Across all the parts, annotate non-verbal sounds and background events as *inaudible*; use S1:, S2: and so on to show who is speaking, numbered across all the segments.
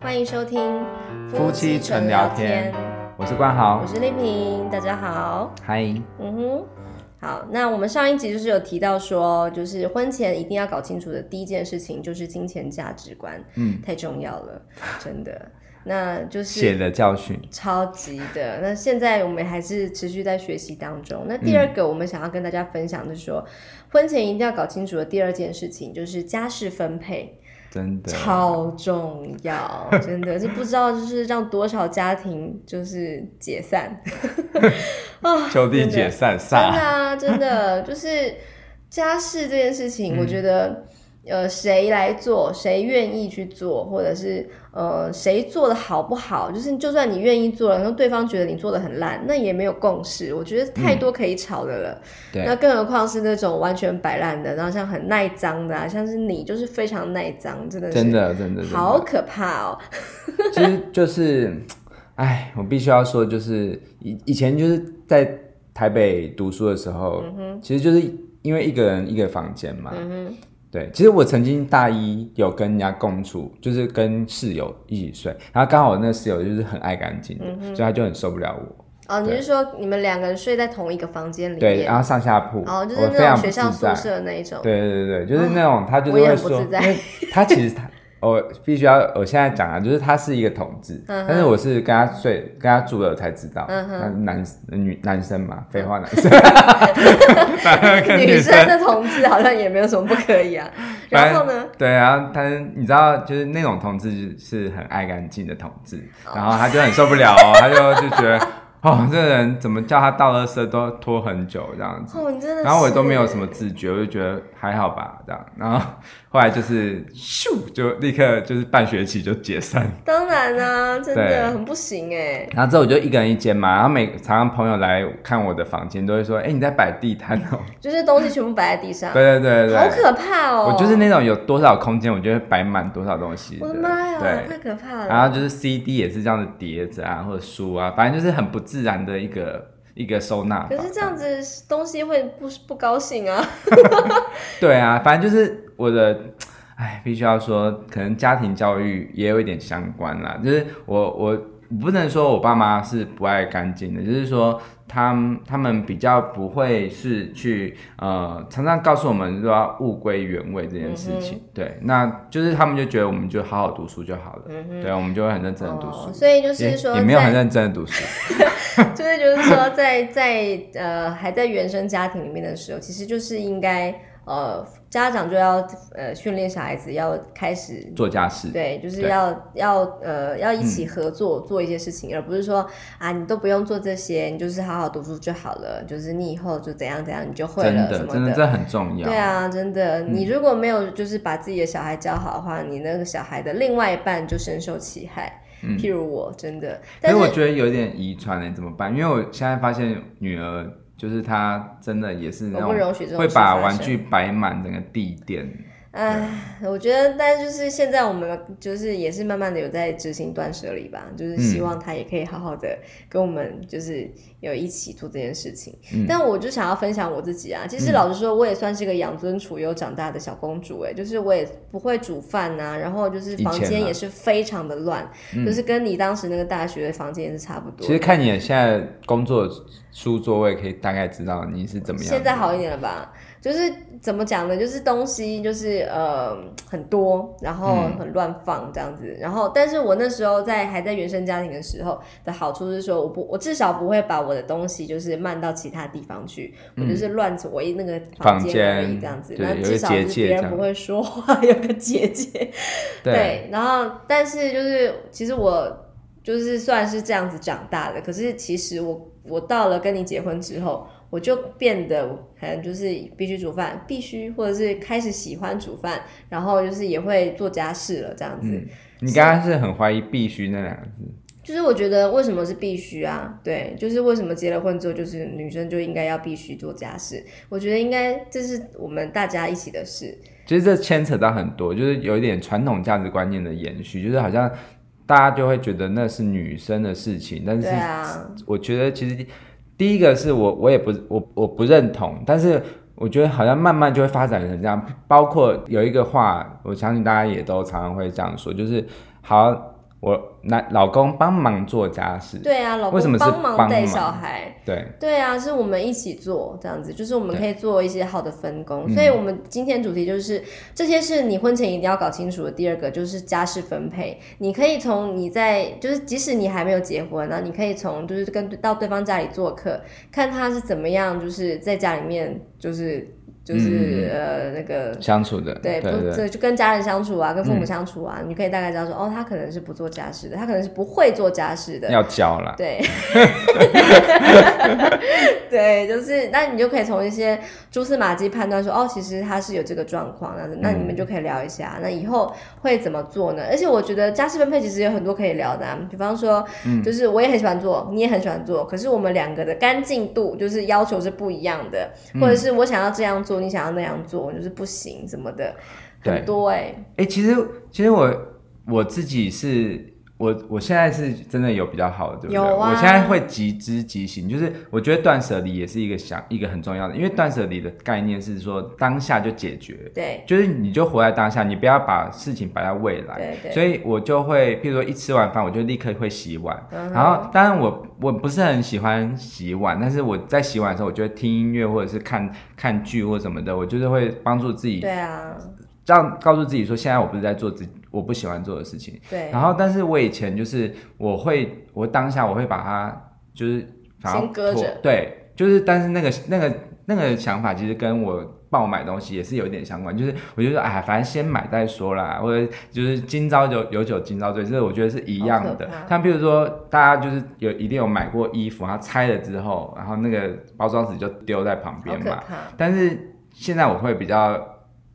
S1: 欢迎收听
S2: 夫妻纯聊天，我是冠
S1: 嗯
S2: 豪
S1: 我，是丽萍，大家好。
S2: 嗨，
S1: 嗯哼，好，那我们上一集就是有提到说，就是婚前一定要搞清楚的第一件事情就是金钱价值观，
S2: 嗯，
S1: 太重要
S2: *laughs*
S1: 了，真的。那就是
S2: 血的教训，
S1: 超级的。那现在我们还是持续在学习当中。
S2: 嗯
S1: 那第二个，我们想要跟大家分享的是说，婚前一定要搞清楚的第二件事情就是家事分配，
S2: 真的 *laughs*
S1: 超重要，真的是不知道就是让多少家庭就是解
S2: *laughs*
S1: 散啊，
S2: 就地
S1: 真的
S2: 解散
S1: 真的
S2: 散，
S1: 啊，真的就是家事这件事
S2: 嗯
S1: 情，我觉得。呃，谁来做，谁愿意去做，或者是呃，谁做的好不好？就是就算你愿意做了，然后对方觉得你做的很烂，那也没有共识。我觉得太多可以吵的了。那
S2: *laughs* 嗯对，
S1: 更何况是那种完全摆烂的，然后像很耐脏的、啊，像是你就是非常耐脏，真的是
S2: 真的真的真
S1: 好
S2: 的，
S1: 可怕哦。
S2: *laughs* 其实就是，哎，我必须要说，就是以以前就是在台北读书的时候，其实就是因为一个人一个房间嘛，
S1: 嗯
S2: 对，其实我曾经大一有跟人家共处，就是跟室友一起睡，然后刚好我那个室友就是很爱干净
S1: 嗯
S2: 的，所以他就很受不了我。
S1: 哼，哦，你是说你们两个人睡在同一个房间里
S2: 对，
S1: 面？
S2: 然后上下铺，
S1: 哦，就是
S2: 我非
S1: 那种
S2: 常不
S1: 学校
S2: 自
S1: 宿
S2: 在。
S1: 舍那一种。
S2: 对对对，就是那种他就是
S1: 我也
S2: 会
S1: 很不
S2: 说，
S1: 自在
S2: 因为他其
S1: *laughs*
S2: 实他我必须要我现在讲啊，就是他是一个同志，
S1: 嗯哼
S2: 但是我是跟他睡跟他住了才知道，
S1: 嗯
S2: 那男女男生嘛，废话男
S1: *laughs*
S2: 生，跟
S1: 女生的同志好像也没有什么不可以啊。
S2: *laughs* 反
S1: 然
S2: 正
S1: 后呢？
S2: 对，然后他你知道，就是那种同志是很爱干净的同志，
S1: 哦
S2: 然后他就很受不了哦，他就就觉得哦，这个人怎么叫他倒垃圾都拖很久这样子，
S1: 哦，你真的。
S2: 然后我也都没有什么。自觉，我就觉得还好吧这样，然后后来就是咻就立刻就是半学期就解散，
S1: 当然啦、真的
S2: 对
S1: 很不行哎。
S2: 然后之后我就一个人一间嘛，然后每常常朋友来看我的房间都会说，哎、你在摆地摊哦， *laughs*
S1: 就是东西全部摆在地上，
S2: 对对对对
S1: 好
S2: 对。
S1: 可怕哦。
S2: 我就是那种有多少空间，我就会摆满多少东西。
S1: 我的妈呀，
S2: 对，啊
S1: 太可怕了。
S2: 然后就是 CD 也是这样子叠着啊，或者书啊，反正就是很不自然的一个一个收纳。
S1: 可是这，样子东西会不不高兴啊。
S2: 对啊，反正就是我的，哎，必须要说，可能家庭教育也有一点相关啦。就是我我不能说我爸妈是不爱干净的，就是说他们他们比较不会是去呃，常常告诉我们说要物归原位这件事
S1: 嗯
S2: 情。对，那就是他们就觉得我们就好好读书就好了，对，啊我们就会很认嗯真的读书。
S1: 嗯哦，所以就是
S2: 也
S1: 说
S2: 也没有
S1: 在
S2: 很认真的读书，
S1: 就是就是说在，在呃还在原生家庭里面的时候，其实就是应该呃家长就要呃训练小孩子要开始。
S2: 做家事。
S1: 对，就是
S2: 对
S1: 要要呃要一起合作、做一些事情，而不是说啊你都不用做这些，你就是好好读书就好了，就是你以后就怎样怎样你就会
S2: 真
S1: 了什
S2: 的，
S1: 么
S2: 真的，这很重要。嗯
S1: 对啊，真的，你如果没有就是把自己的小孩教好的话，你那个小孩的另外一半就深受其害。譬如我，真的，
S2: 嗯可
S1: 但
S2: 是
S1: 是
S2: 我觉得有点遗传欸呢，怎么办？因为我现在发现女儿就是她真的也是那
S1: 我不容许这
S2: 种
S1: 种
S2: 会
S1: 事
S2: 把
S1: 发
S2: 玩
S1: 生
S2: 具摆满整个地垫。
S1: 唉，我觉得，但就是现在我们就是也是慢慢的有在执行断舍离吧，就是希望他也可以好好的跟我们就是有一起做这件事情。
S2: 嗯
S1: 但我就想要分享我自己啊，其实老实说，我也算是个养尊处优长大的小公主哎、就是我也不会煮饭呐、然后就是
S2: 以
S1: 房
S2: 前
S1: 间
S2: 啊嗯
S1: 也是非常的乱，就是跟你当时那个大学的房间也是差不多
S2: 其。实看你现在工作的书座位，可以大概知道你是怎么样的。
S1: 现在好一点了吧？就是怎么讲呢？就是东西就是呃很多，然后
S2: 嗯
S1: 很乱放这样子。然后，但是我那时候在还在原生家庭的时候的好处是说，我不我至少不会把我的东西就是漫到其他地方去，我就是乱我一那个房
S2: 嗯房
S1: 间
S2: 间
S1: 而已这样子。
S2: 对
S1: 那
S2: 有
S1: 至
S2: 个
S1: 少
S2: 结
S1: 是
S2: 界
S1: 别
S2: 这
S1: 人
S2: 样
S1: 不会说话， *laughs* 有个结界。
S2: 对，
S1: 然后但是就是其实我就是算是这样子长大的，可是其实我我到了跟你结婚之后，我就变得可能就是必须煮饭，必须或者是开始喜欢煮饭，然后就是也会做家事了这样子。
S2: 嗯，你刚刚是很怀疑“必须”那两个字。
S1: 就是我觉得为什么是必须啊？对，就是为什么结了婚之后，就是女生就应该要必须做家事？我觉得应该这是我们大家一起的事。
S2: 其实这牵扯到很多，就是有一点传统价值观念的延续，就是好像大家就会觉得那是女生的事情，但是
S1: 对啊，
S2: 我觉得其实第一个是我我也不我我不认同，但是我觉得好像慢慢就会发展成这样。包括有一个话，我相信大家也都常常会这样说，就是好，我男老公帮忙做家事，
S1: 对啊，老
S2: 为什么
S1: 公
S2: 是
S1: 帮忙
S2: 帮
S1: 带
S2: 忙
S1: 小孩，
S2: 对，
S1: 对啊，是我们一起做这样子，就是我们
S2: 对嗯
S1: 可以做一些好的分工。所以，我们今天主题就是这些是你婚前一定要搞清楚的。第二个就是家事分配，你可以从你在就是即使你还没有结婚啊呢、你可以从就是跟到对方家里做客，看他是怎么样，就是在家里面就是就是、呃那个。
S2: 相处的，
S1: 对，不
S2: 嗯对，对，
S1: 这就跟家人相处啊，跟父母相处啊，你可以大概知道说，哦，他可能是不做家事的，他可能是不会做家事的，
S2: 要教啦。 *laughs*
S1: 对，对，就是那你就可以从一些蛛丝马迹判断说，哦，其实他是有这个状况，那那你们
S2: 嗯
S1: 就可以聊一下，那以后会怎么做呢？而且我觉得家事分配其实有很多可以聊的、啊，比方说，
S2: 嗯
S1: 就是我也很喜欢做，你也很喜欢做，可是我们两个的干净度就是要求是不一样的，
S2: 嗯
S1: 或者是我想要这样做，你想要那样做，就是不行什么的，
S2: 对
S1: 很多哎、
S2: 哎、其实其实我我自己是。我我现在是真的有比较好的，对不对？
S1: 有啊
S2: 我现在会极知极行，就是我觉得断舍离也是一个想一个很重要的，因为断舍离的概念是说当下就解决，
S1: 对
S2: 就是你就活在当下，你不要把事情摆在未来。
S1: 对对，
S2: 所以我就会，譬如说一吃完饭，我就立刻会洗碗。
S1: 嗯哼
S2: 然后，当然我我不是很喜欢洗碗，但是我在洗碗的时候，我就会听音乐或者是看看剧或什么的，我就是会帮助自己
S1: 对，啊，
S2: 让告诉自己说，现在我不是在做自我不喜欢做的事情。
S1: 对，
S2: 然后，但是我以前就是我会，我当下我会把它就是把它
S1: 先搁
S2: 拖
S1: 着
S2: 对，就是但是那个那个那个想法其实跟我爆买东西也是有点相关，就是我就说哎，反正先买再说啦，或者就是今朝有有酒今朝醉，这我觉得是一样
S1: 好可
S2: 的
S1: 怕。
S2: 像比如说大家就是有一定有买过衣服，然后拆了之后，然后那个包装纸就丢在旁
S1: 好
S2: 边
S1: 可
S2: 嘛，
S1: 怕。
S2: 但是现在我会比较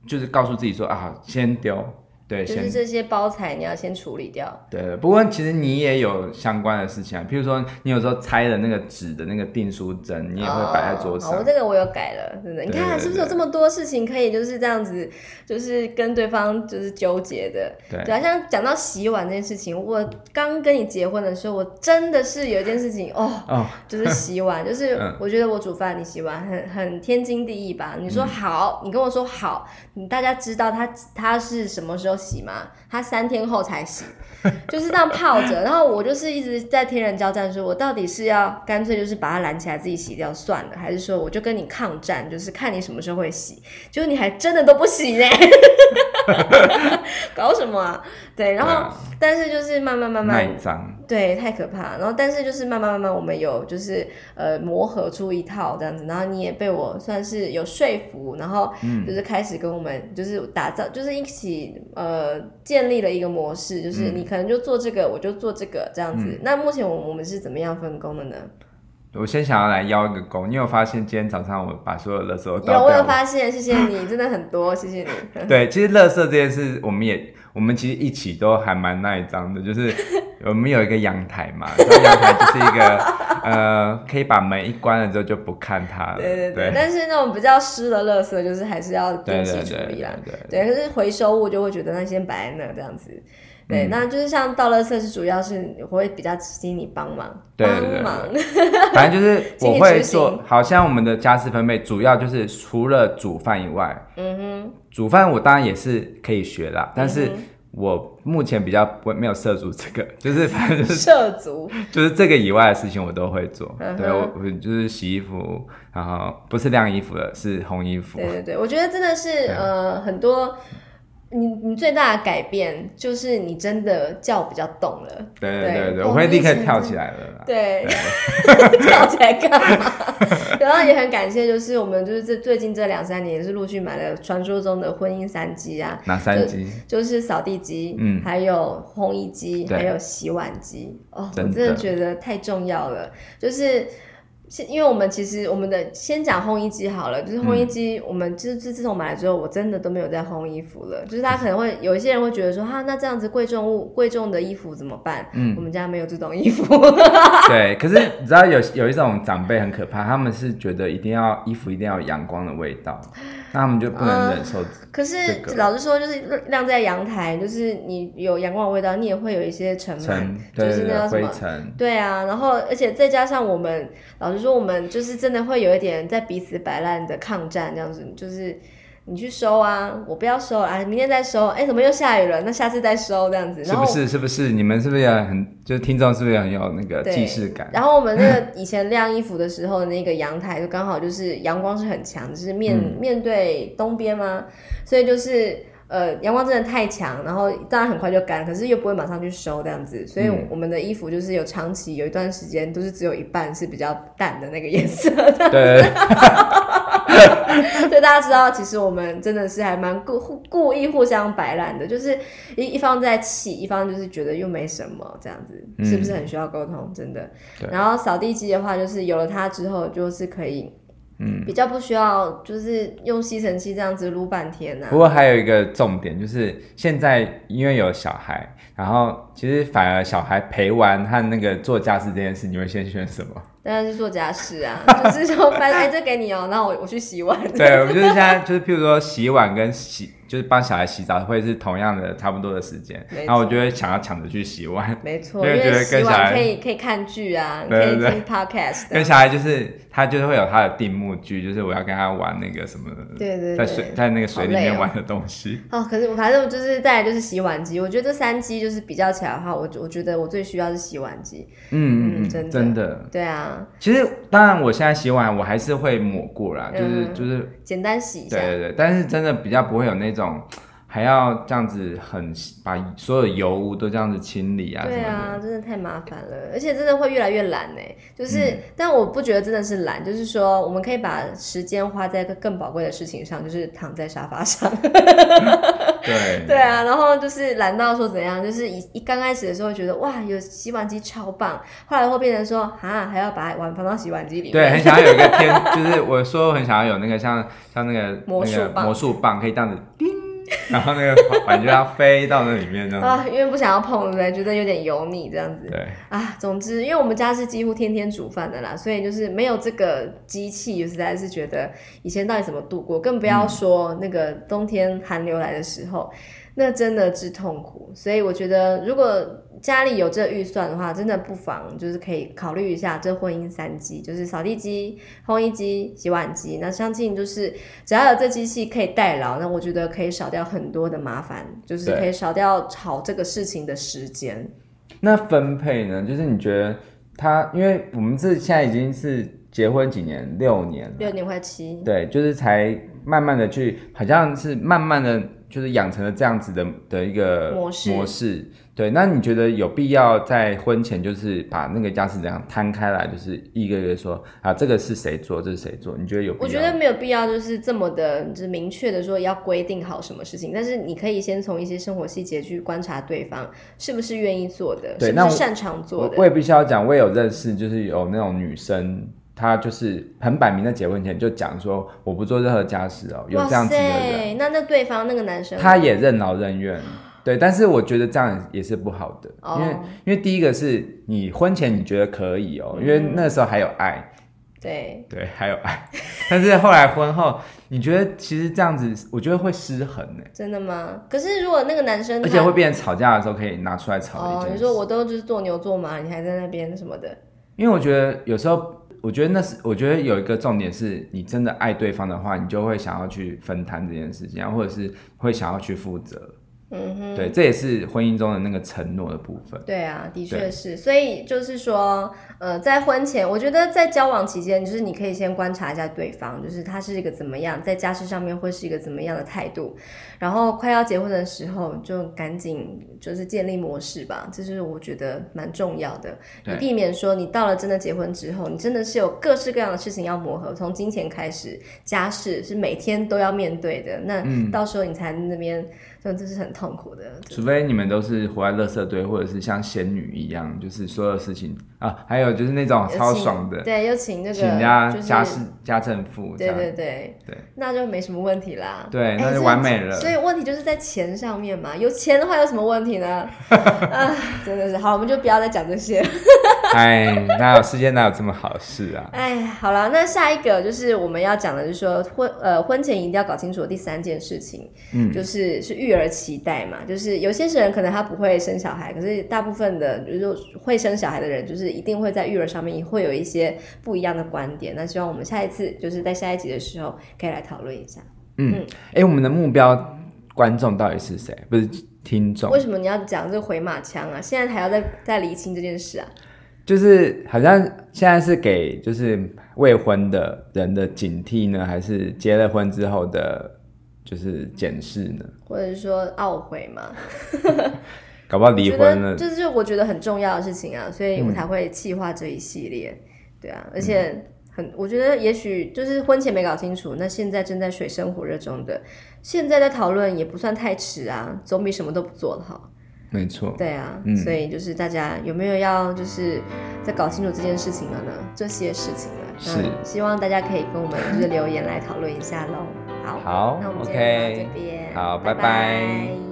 S2: 就是告诉自己说啊，先丢。对，
S1: 就
S2: 先
S1: 是这些包材你要先处理掉。
S2: 对，不过其实你也有相关的事情啊，譬如说你有时候拆了那个纸的那个订书针，你也会摆在桌上。
S1: 哦好我这个我有改了，真的。你
S2: 对对
S1: 看啊
S2: 对
S1: 是不是有这么多事情可以就是这样子，就是跟对方就是纠结的？
S2: 对
S1: 对啊，像讲到洗碗这件事情，我刚跟你结婚的时候，我真的是有一件事情哦，
S2: 哦，
S1: 就是洗碗，就是
S2: 嗯
S1: 我觉得我煮饭你洗碗很很天经地义吧？你
S2: 嗯
S1: 说好，你跟我说好，你大家知道他他是什么时候洗吗？他三天后才洗， *laughs* 就是这样泡着。然后我就是一直在天人交战，说我到底是要干脆就是把它拦起来自己洗掉算了，还是说我就跟你抗战，就是看你什么时候会洗？结果你还真的都不洗
S2: *laughs*
S1: 呢，搞什么啊？对，然后、
S2: 对啊
S1: 但是就是慢慢慢慢
S2: 耐脏，
S1: 对，太可怕。然后，但是就是慢慢慢慢，我们有就是呃磨合出一套这样子，然后你也被我算是有说服，然后
S2: 嗯
S1: 就是开始跟我们就是打造，就是一起呃建立了一个模式，就是
S2: 嗯
S1: 你可能就做这个，我就做这个这样子。那目前我我们是怎么样分工的呢？
S2: 我先想要来邀一个功，你有发现今天早上我把所有垃圾都
S1: 有，
S2: 倒
S1: 我有
S2: 掉了？
S1: 发现，谢谢你，真的很多，谢谢你。
S2: *laughs* 对，其实垃圾这件事，我们也我们其实一起都还蛮耐脏的，就是
S1: *laughs*
S2: 我们有一个阳台嘛，然后阳台就是一个呃，可以把门一关了之后就不看它了。
S1: *laughs* 对对对，
S2: 对
S1: 但是那种比较湿的垃圾，就是还是要定
S2: 对
S1: 期
S2: 对
S1: 处
S2: 对
S1: 理啦。
S2: 对
S1: 对，可是回收物就会觉得那先摆在那这样子。对，
S2: 嗯
S1: 那就是像倒垃圾是主要是我会比较请你帮忙，
S2: 对
S1: 帮
S2: 对对
S1: 忙，
S2: 反
S1: *laughs*
S2: 正就是
S1: 请
S2: 我
S1: 你
S2: 会
S1: 执行
S2: 做，好像我们的家事分配主要就是除了煮饭以外，
S1: 嗯哼，嗯
S2: 煮饭我当然也是可以学啦，但是我目前比较不没有涉足这个，就是反正就是
S1: *laughs* 涉
S2: *laughs*
S1: 足，
S2: 就是这个以外的事情我都会做。
S1: 嗯哼
S2: 对我我就是洗衣服，然后不是晾衣服了，是烘衣服
S1: 对。对对，我觉得真的是呃很多。你你最大的改变就是你真的叫比较懂了，
S2: 对对
S1: 对
S2: 对对，
S1: 哦
S2: 我会立
S1: 我
S2: 刻
S1: 以前
S2: 跳
S1: 真
S2: 起来了啦。
S1: 对， *laughs* 跳起来干嘛？ *laughs* 然后也很感谢，就是我们就是这最近这两三年也是陆续买了传说中的婚姻三机啊，
S2: 拿三级，
S1: 就是扫地机，
S2: 嗯
S1: 还有烘衣机，
S2: 对
S1: 还有洗碗机。哦，我
S2: 真的
S1: 真的觉得太重要了，就是。是因为我们其实我们的先讲烘衣机好了，
S2: 嗯
S1: 就是烘衣机，我们就是自自从买了之后，我真的都没有在烘衣服了。就是大家可能会有一些人会觉得说，啊哈、那这样子贵重物贵重的衣服怎么办？
S2: 嗯
S1: 我们家没有这种衣服， *laughs*
S2: *laughs* 对。可是你知道有有一种长辈很可怕，他们是觉得一定要衣服一定要有阳光的味道，那他们就不能
S1: 啊
S2: 忍受
S1: 可是
S2: 这个
S1: 老实说，就是晾在阳台，就是你有阳光的味道，你也会有一些尘
S2: 尘
S1: 螨，，
S2: *laughs* 对
S1: 就是
S2: 对
S1: 那
S2: 对，
S1: 叫什
S2: 灰
S1: 么？
S2: 尘，
S1: 对啊，然后而且再加上我们，老实说，我们就是真的会有一点在彼此摆烂的抗战这样子，就是你去收啊，我不要收了，哎，明天再收，哎、怎么又下雨了？那下次再收这样子，
S2: 是
S1: 然后
S2: 不是？是不是？你们是不是也很，就是听众是不是也很有那个
S1: 对
S2: 既视 *laughs* 感？
S1: 然后我们那个以前晾衣服的时候，那个阳台就刚好就是阳光是很强，就是面、
S2: 嗯
S1: 面对东边嘛，所以就是呃阳光真的太强，然后当然很快就干，可是又不会马上去收这样子，所以
S2: 嗯
S1: 我们的衣服就是有长期有一段时间都是只有一半是比较淡的那个颜色，
S2: 对对对，
S1: *laughs* 所以大家知道，其实我们真的是还蛮故互故意互相摆烂的，就是一一方在气，一方就是觉得又没什么这样子，
S2: 嗯
S1: 是不是很需要沟通？真的
S2: 对。
S1: 然后扫地机的话，就是有了它之后，就是可以
S2: 嗯。
S1: 比较不需要，就是用吸尘器这样子撸半天呐、啊
S2: 不过还有一个重点就是，现在因为有小孩，然后其实反而小孩陪玩和那个做家事这件事，你会先选什么？
S1: 当然是做家事啊， *laughs* 就是说反正哎这给你哦、那我我去洗碗。 *laughs*
S2: 对，我们就是现在就是，譬如说洗碗跟洗，就是帮小孩洗澡会是同样的差不多的时间
S1: 没，错
S2: 然后我就会想要抢着去洗碗，
S1: 没错，
S2: 因
S1: 因
S2: 为觉得
S1: 为洗
S2: 跟小孩
S1: 碗可以可以看剧啊，
S2: 对对
S1: 可
S2: 对
S1: 以听 podcast 啊
S2: 跟
S1: 的。
S2: 小孩就是他就是会有他的定目剧，就是我要跟他玩那个什么，
S1: 对对对
S2: 在水在那个水里面
S1: 好累哦
S2: 玩的东西。
S1: 哦，可是我反正我就是再来就是洗碗机，我觉得这三机就是比较起来的话，我我觉得我最需要是洗碗机。
S2: 嗯嗯嗯，
S1: 真的
S2: 真的。
S1: 对啊，
S2: 其实当然，我现在洗碗我还是会抹过啦，就是、
S1: 嗯
S2: 就是
S1: 简单洗一下
S2: 对。对对，但是真的比较不会有那种还要这样子很把所有油污都这样子清理啊什
S1: 对
S2: 么的。
S1: 啊，真的太麻烦了，而且真的会越来越懒呢。就是，
S2: 嗯
S1: 但我不觉得真的是懒，就是说我们可以把时间花在更更宝贵的事情上，就是躺在沙发上。 *laughs*
S2: 对
S1: 对啊，然后就是懒到说怎样，就是一一刚开始的时候觉得哇有洗碗机超棒，后来会变成说啊还要把碗放到洗碗机里面。
S2: 对，很想要有一个
S1: *laughs*
S2: 天，就是我说很想要有那个像像那个
S1: 魔术
S2: 那个
S1: 棒
S2: 魔术棒，可以这样子叮，然后那个碗就要飞到那里面这样子。
S1: 啊，因为不想要碰，对不对？觉得有点油腻这样 *laughs* 子。
S2: 对，
S1: 啊，总之，因为我们家是几乎天天煮饭的啦，所以就是没有这个机器，实在是觉得以前到底怎么度过，更不要说那个冬天寒流来的时候，那真的之痛苦。所以我觉得，如果家里有这预算的话，真的不妨就是可以考虑一下这婚姻三机，就是扫地机、烘衣机、洗碗机。那相信就是只要有这机器可以代劳，那我觉得可以少掉很多的麻烦，就是
S2: 对
S1: 可以少掉吵这个事情的时间。
S2: 那分配呢？就是你觉得他，因为我们这现在已经是结婚几年，六年了，
S1: 六年快七，
S2: 对，就是才慢慢的去，好像是慢慢的就是养成了这样子的的一个
S1: 模式
S2: 模式。对，那你觉得有必要在婚前就是把那个家事这样摊开来，就是一个一个说啊，这个是谁做，这是谁做？你觉得有必要？
S1: 我觉得没有必要，就是这么的，就是明确的说要规定好什么事情，但是你可以先从一些生活细节去观察对方是不是愿意做的，
S2: 对
S1: 是
S2: 那
S1: 不
S2: 我
S1: 是擅长做
S2: 我
S1: 的。
S2: 我也必须要讲，我也有认识，就是有那种女生，她就是很摆明在结婚前就讲说我不做任何家事哦，有
S1: 哇
S2: 这样子的人，
S1: 塞，那那对方那个男生，
S2: 他也任劳任怨，对，但是我觉得这样也是不好的，
S1: 哦
S2: 因为因为第一个是你婚前你觉得可以
S1: 嗯
S2: 哦、因为那时候还有爱，
S1: 对
S2: 对，还有爱， *laughs* 但是后来婚后，你觉得其实这样子，我觉得会失衡呢，
S1: 真的吗？可是如果那个男生他，
S2: 而且会变成吵架的时候可以拿出来吵的一
S1: 哦，你
S2: 件事，
S1: 说我都就是做牛做马，你还在那边什么的，
S2: 因为我觉得有时候。我觉得那是，我觉得有一个重点是，你真的爱对方的话，你就会想要去分摊这件事情，或者是会想要去负责。
S1: 嗯哼。
S2: 对，这也是婚姻中的那个承诺的部分。
S1: 对啊，的确
S2: 对
S1: 是，所以就是说，呃，在婚前，我觉得在交往期间，就是你可以先观察一下对方，就是他是一个怎么样，在家事上面会是一个怎么样的态度，然后快要结婚的时候，就赶紧就是建立模式吧，这是我觉得蛮重要的，
S2: 对
S1: 以避免说你到了真的结婚之后，你真的是有各式各样的事情要磨合，从金钱开始，家事是每天都要面对的，那
S2: 嗯
S1: 到时候你才那边，就这是很痛苦的，
S2: 除非你们都是活在垃圾堆，或者是像仙女一样，就是所有事情啊，还有就是那种
S1: 有
S2: 超
S1: 请
S2: 爽的，
S1: 对，又请那个
S2: 请人家
S1: 就是
S2: 家事家政妇这
S1: 对
S2: 样，
S1: 对对
S2: 对，
S1: 那就没什么问题啦。
S2: 对
S1: 哎
S2: 那就
S1: 所以
S2: 完美了
S1: 所以问题就是在钱上面嘛，有钱的话有什么问题呢？ *laughs* 啊，真的是好，我们就不要再讲这些。
S2: 哎，哪有世界哪有这么好事啊？
S1: 哎，好了，那下一个就是我们要讲的，就是说婚呃婚前一定要搞清楚的第三件事情，
S2: 嗯
S1: 就是是育儿期待嘛，就是有些人可能他不会生小孩，可是大部分的就是会生小孩的人，就是一定会在育儿上面也会有一些不一样的观点。那希望我们下一次就是在下一集的时候可以来讨论一下。
S2: 嗯，哎、我们的目标观众到底是谁？不是听众
S1: 为，什么你要讲这回马枪啊？现在还要再再厘清这件事啊？
S2: 就是好像现在是给就是未婚的人的警惕呢，还是结了婚之后的，就是检视呢？
S1: 或者是说懊悔吗？
S2: 搞不好离
S1: 觉
S2: 婚
S1: 得
S2: 了，嗯
S1: 这就是我觉得很重要的事情啊，所以我才会计划这一系列。对啊，而且很，我觉得也许就是婚前没搞清楚，那现在正在水深火热中的，现在在讨论也不算太迟啊，总比什么都不做的好。
S2: 没错。
S1: 对啊，
S2: 嗯
S1: 所以就是大家有没有要就是在搞清楚这件事情了呢？这些事情了，
S2: 是
S1: 那希望大家可以跟我们就是留言来讨论一下喽。好，
S2: 好
S1: 那我们今天就到
S2: ，OK，
S1: 这边，
S2: 好拜
S1: 拜
S2: 拜